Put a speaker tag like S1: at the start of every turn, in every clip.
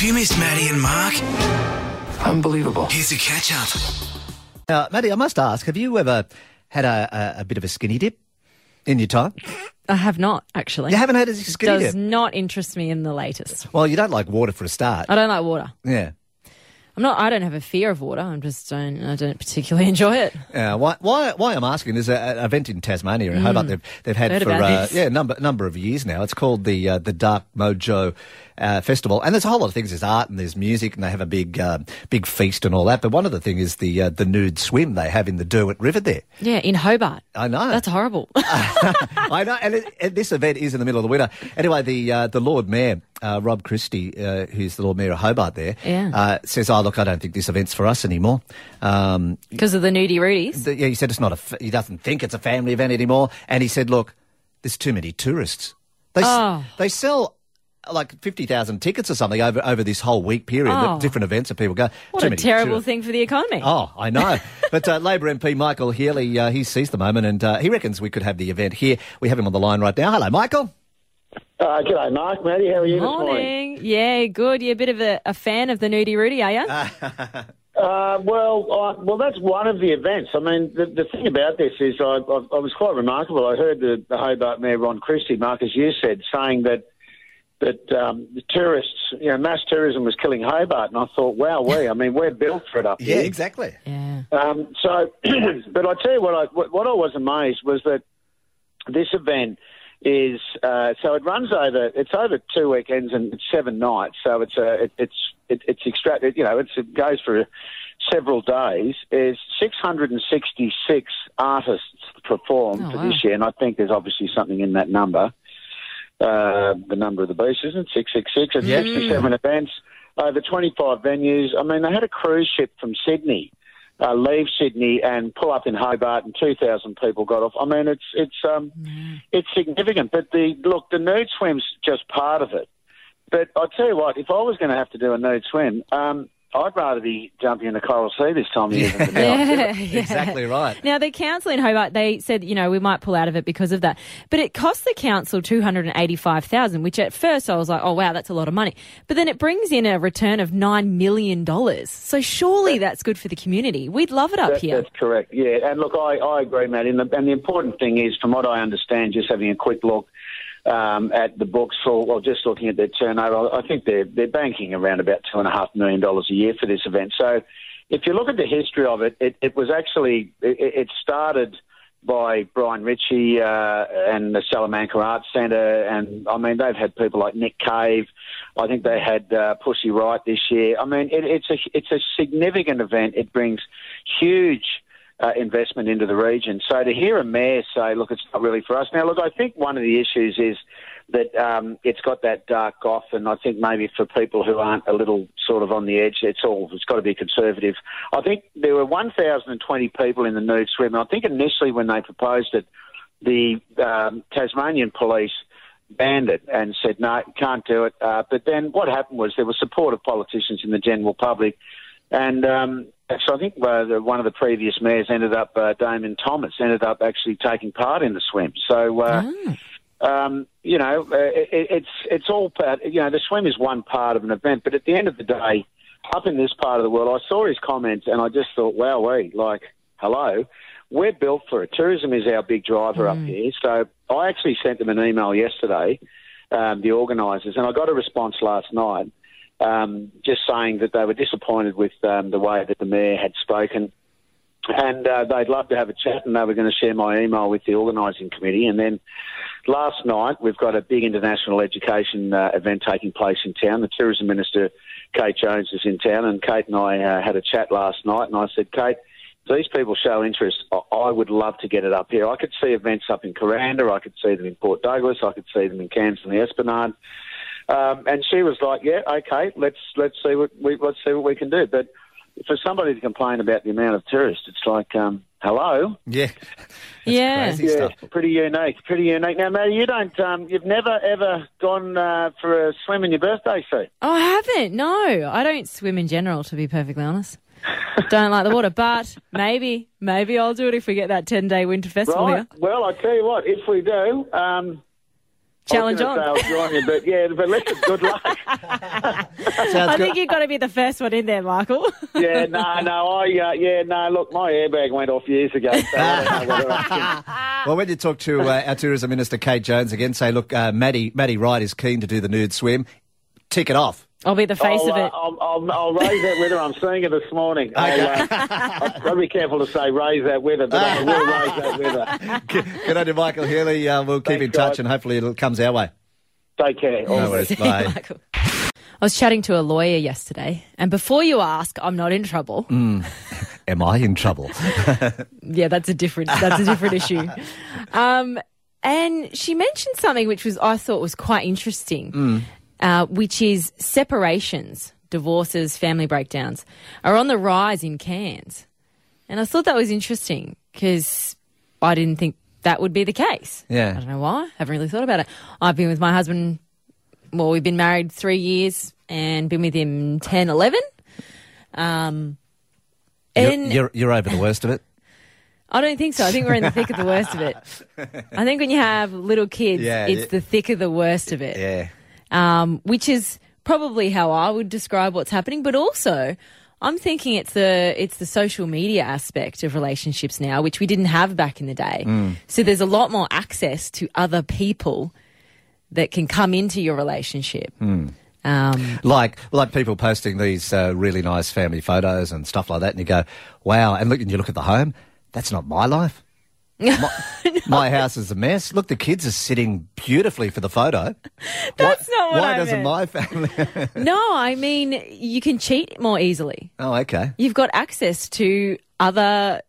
S1: you missed Maddie and Mark,
S2: Unbelievable.
S1: here's a catch up.
S3: Now, Maddie, I must ask: Have you ever had a, a, a bit of a skinny dip in your time?
S4: I have not actually.
S3: You haven't had a skinny
S4: Does
S3: dip.
S4: not interest me in the latest.
S3: Well, you don't like water for a start.
S4: I don't like water.
S3: Yeah.
S4: I'm not. I don't have a fear of water. I'm just don't. I don't particularly enjoy it.
S3: Uh, why, why, why I'm asking is a, an event in Tasmania in Hobart they've, they've had
S4: Hmm. Heard
S3: for
S4: about
S3: uh,
S4: this.
S3: yeah number number of years now. It's called the uh, the Dark Mojo uh, Festival, and there's a whole lot of things. There's art and there's music, and they have a big uh, big feast and all that. But one of the things is the uh, the nude swim they have in the Derwent River there.
S4: Yeah, in Hobart.
S3: I know. Uh,
S4: That's horrible.
S3: I know, and, it, and this event is in the middle of the winter. Anyway, the uh, the Lord Mayor, uh, Rob Christie, uh, who's the Lord Mayor of Hobart, there,
S4: Yeah.
S3: uh, says, "Oh, look, I don't think this event's for us anymore." Um,
S4: Because of the nudie rooties.
S3: th- yeah, he said it's not a. F- he doesn't think it's a family event anymore, and he said, "Look, there's too many tourists. They s-
S4: Oh.
S3: they sell." Like fifty thousand tickets or something over over this whole week period,
S4: Oh.
S3: that different events that people go.
S4: What
S3: "Too
S4: a
S3: many
S4: terrible
S3: tourists."
S4: thing for the economy.
S3: Oh, I know. but uh, Labor MP Michael Healy, uh, he sees the moment and uh, he reckons we could have the event here. We have him on the line right now. Hello, Michael.
S5: Uh, g'day, Mark. Maddie, how are you
S4: Morning. Yeah, good. You're a bit of a, a fan of the nudie rooty, are you?
S5: this morning? Uh, well, I, well, that's one of the events. I mean, the, the thing about this is I, I, I was quite remarkable. I heard the, the Hobart Mayor, Ron Christie, Mark, as you said, saying that that um, the tourists, you know, mass tourism was killing Hobart. And I thought, wow, we, I mean, we're built for it up here.
S3: exactly.
S4: yeah.
S5: Um, so, but I tell you what, I, what what I was amazed was that this event is uh, so it runs over. It's over two weekends and it's seven nights. So it's a it, it's it, it's extra. It, you know, it's, it goes for several days. There's 666 artists perform
S4: Oh,
S5: for
S4: wow.
S5: this year, and I think there's obviously something in that number. Uh, the number of the beast, isn't it? 666 and
S3: Yeah.
S5: 67 events over 25 venues. I mean, they had a cruise ship from Sydney uh, leave Sydney and pull up in Hobart, and 2,000 people got off. I mean, it's it's um, it's significant. But the look, the nude swim's just part of it. But I tell you what, if I was going to have to do a nude swim, um, I'd rather be jumping in the Coral Sea this time of year than the Nile.
S4: Yeah.
S3: Exactly right.
S4: Now, the council in Hobart, they said, you know, we might pull out of it because of that. But it cost the council 285000 which at first I was like, oh, wow, that's a lot of money. But then it brings in a return of $9 million. So surely that's good for the community. We'd love it up
S5: That-
S4: here.
S5: That's correct. Yeah, and look, I, I agree, Matt. And the, and the important thing is, from what I understand, just having a quick look um, at the books for, or just looking at their turnover, I I think they're they're banking around about two and a half million dollars a year for this event. So, if you look at the history of it, it, it was actually it, it it started. By Brian Ritchie uh, and the Salamanca Arts Centre, and I mean they've had people like Nick Cave. I think they had uh, Pussy Riot this year. I mean it, it's a it's a significant event. It brings huge uh, investment into the region. So to hear a mayor say, look, it's not really for us. Now, look, I think one of the issues is that um, it's got that dark off, and I think maybe for people who aren't a little sort of on the edge, it's all, it's got to be conservative. I think there were 1,020 people in the nude swim, and I think initially when they proposed it, the um, Tasmanian police banned it and said, no, can't do it. Uh, but then what happened was there was support of politicians in the general public. And um, so I think uh, the, one of the previous mayors ended up, uh, Damon Thomas, ended up actually taking part in the swim. So, uh, um, you know, uh, it, it's, it's all part, you know, the swim is one part of an event. But at the end of the day, up in this part of the world, I saw his comments and I just thought, wow, we, like, hello. We're built for it. Tourism is our big driver up here. So I actually sent them an email yesterday, um, the organisers, and I got a response last night um, just saying that they were disappointed with um, the way that the mayor had spoken. And uh, they'd love to have a chat, and they were going to share my email with the organising committee. And then last night, we've got a big international education uh, event taking place in town. The tourism minister, Kate Jones, is in town, and Kate and I uh, had a chat last night. And I said, Kate, if these people show interest. I I would love to get it up here. I could see events up in Coranda, I could see them in Port Douglas, I could see them in Cairns and the Esplanade. Um, and she was like, "Yeah, okay, let's let's see what we let's see what we can do." But for somebody to complain about the amount of tourists, it's like, um, "Hello,
S3: Yeah.
S4: yeah.
S3: Crazy stuff.
S5: it's pretty unique, pretty unique." Now, Maddie, you don't, um, you've never ever gone uh, for a swim in your birthday suit.
S4: Oh, I haven't. No, I don't swim in general, to be perfectly honest. don't like the water, but maybe, maybe I'll do it if we get that 10 day winter festival
S5: Right.
S4: here.
S5: Well, I tell you what, if we do, um,
S4: Challenge
S5: I was gonna
S4: on.
S5: Say I'll join you, but yeah, but let's good luck.
S3: Sounds
S4: I
S3: good.
S4: think you've got to be the first one in there, Michael.
S5: Yeah, no, no, I, uh, yeah, no. Look, my airbag went off years ago. So I don't know whether I can-
S3: Well, when you talk to uh, our tourism minister Kate Jones again, say, look, uh, Maddie, Maddie Wright is keen to do the nude swim. Tick it off.
S4: I'll be the face
S5: I'll,
S4: of
S5: uh,
S4: it.
S5: I'll, I'll, I'll raise that weather. I'm seeing it this morning. I'll, uh, I'll, I'll be careful to say raise that weather, but I will raise that weather.
S3: Good good on you, Michael Healy. Uh, we'll keep
S5: Thanks,
S3: in touch,
S5: guys.
S3: and hopefully it comes our way.
S5: Take care. All
S3: No
S5: the best.
S3: worries. Bye.
S4: Michael. I was chatting to a lawyer yesterday, and before you ask, I'm not in trouble.
S3: Am I in trouble?
S4: Yeah, that's a different that's a different issue. Um, and she mentioned something which was I thought was quite interesting,
S3: Mm.
S4: uh, which is separations, divorces, family breakdowns are on the rise in Cairns, and I thought that was interesting because I didn't think that would be the case.
S3: Yeah.
S4: I don't know why. Haven't really thought about it. I've been with my husband. Well, we've been married three years and been with him 10, 11. Um,
S3: you're,
S4: and-
S3: you're, you're over the worst of it.
S4: I don't think so. I think we're in the thick of the worst of it. I think when you have little kids,
S3: Yeah,
S4: it's
S3: yeah.
S4: the thick of the worst of it,
S3: Yeah.
S4: um, which is probably how I would describe what's happening. But also, I'm thinking it's the it's the social media aspect of relationships now, which we didn't have back in the day.
S3: Mm.
S4: So there's a lot more access to other people that can come into your relationship.
S3: Mm.
S4: Um,
S3: Like like people posting these uh, really nice family photos and stuff like that, and you go, wow. And look, and you look at the home. That's not my life. My, my house is a mess. Look, the kids are sitting beautifully for the photo.
S4: That's not what
S3: Why
S4: I
S3: doesn't
S4: meant.
S3: my family?
S4: no, I mean you can cheat more easily.
S3: oh, okay.
S4: you've got access to other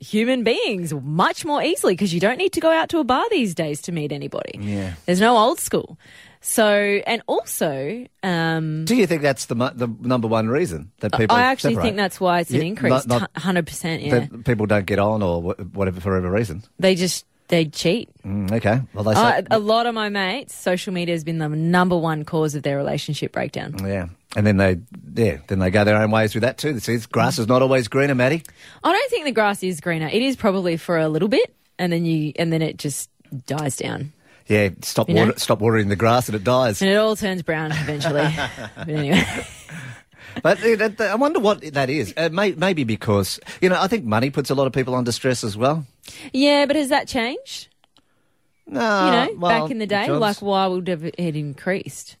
S4: human beings much more easily because you don't need to go out to a bar these days to meet anybody. Yeah. There's no old school. So, and also, um,
S3: Do you think that's the mu- the number one reason that people?
S4: I actually
S3: separate?
S4: think that's why it's an
S3: Yeah,
S4: increase,
S3: not- not-
S4: 100%. Yeah.
S3: that people don't get on or wh- whatever for whatever reason.
S4: they just, they cheat.
S3: Mm, okay, well they say,
S4: Uh, a lot of my mates, social media has been the number one cause of their relationship breakdown.
S3: yeah, and then they yeah, then they go their own ways with that too. This is grass is not always greener, Maddie.
S4: I don't think the grass is greener. It is probably for a little bit and then you, and then it just dies down.
S3: Yeah, stop
S4: You know?
S3: water, stop watering the grass and it dies.
S4: And it all turns brown eventually. but anyway.
S3: but uh, that- I wonder what that is. Uh, may, maybe because you know I think money puts a lot of people under stress as well.
S4: Yeah, but has that changed?
S3: No,
S4: You know,
S3: Uh, well,
S4: back in the day,
S3: jobs-
S4: like why would have it increased?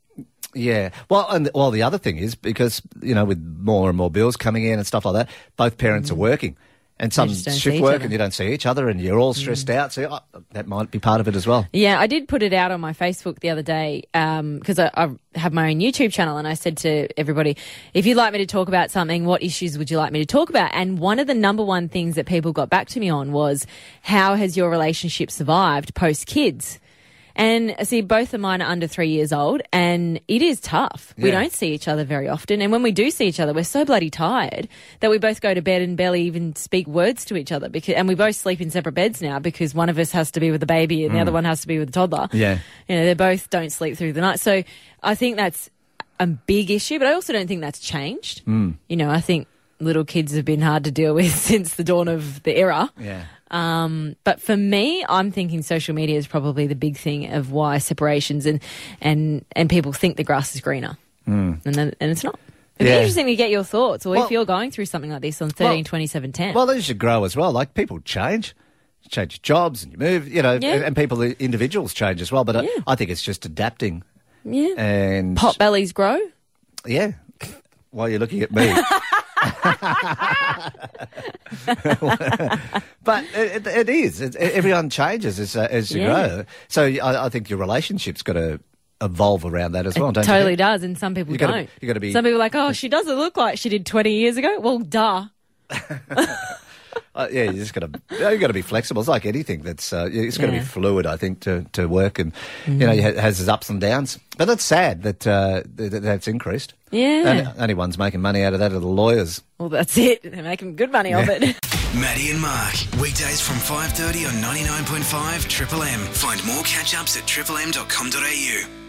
S3: Yeah. Well, and well, the other thing is because you know with more and more bills coming in and stuff like that, both parents are working, and some
S4: Mm. just don't see
S3: shift
S4: each
S3: work,
S4: other. Mm.
S3: and you don't see each other, and you're all stressed out. So uh, that might be part of it as well.
S4: Yeah, I did put it out on my Facebook the other day because I, I have my own YouTube channel, and I said to everybody, if you'd like me to talk about something, what issues would you like me to talk about? And one of the number one things that people got back to me on was how has your relationship survived post kids? And see, both of mine are under three years old, and it is tough. We
S3: Yeah.
S4: don't see each other very often. And when we do see each other, we're so bloody tired that we both go to bed and barely even speak words to each other. Because, and we both sleep in separate beds now because one of us has to be with the baby and the other one has to be with the toddler.
S3: Yeah.
S4: You know, they both don't sleep through the night. So I think that's a big issue, but I also don't think that's changed. Mm. You know, I think little kids have been hard to deal with since the dawn of the era.
S3: Yeah.
S4: Um, but for me, I'm thinking social media is probably the big thing of why separations and and and people think the grass is greener, mm. and then, and it's not.
S3: Hmm.
S4: It'd
S3: Yeah.
S4: be interesting to get your thoughts, or
S3: Well-
S4: if you're going through something like this on 13, 27, 10.
S3: Well, those should grow as well. Like people change, change jobs, and you move. You know,
S4: Yeah.
S3: and, and people individuals change as well. But uh,
S4: Yeah.
S3: I, I think it's just adapting
S4: yeah,
S3: and
S4: pot bellies grow.
S3: Yeah. While you're looking at me. but it, it is. It, e, everyone changes as, uh, as you
S4: Yeah.
S3: grow. So I, I think your relationship's got to evolve around that as well. don't you
S4: totally
S3: think?
S4: does, and some people
S3: You gotta-
S4: don't.
S3: you gotta be-
S4: Some people are like, oh, she doesn't look like she did 20 years ago. Well, duh.
S3: Uh, yeah, you just got to you got to be flexible. It's like anything that's uh, it's got to
S4: Yeah. Mm.
S3: be fluid. I think to, to work and you know it has its ups and downs. But that's sad that uh, th- th- that's increased.
S4: Yeah.
S3: Only- only one's making money out of that are the lawyers.
S4: Well, that's it. They're making good money off it.
S1: Maddie and Mark. Weekdays from 5.30 on 99.5 Triple M. Find more catch-ups at triplem.com.au.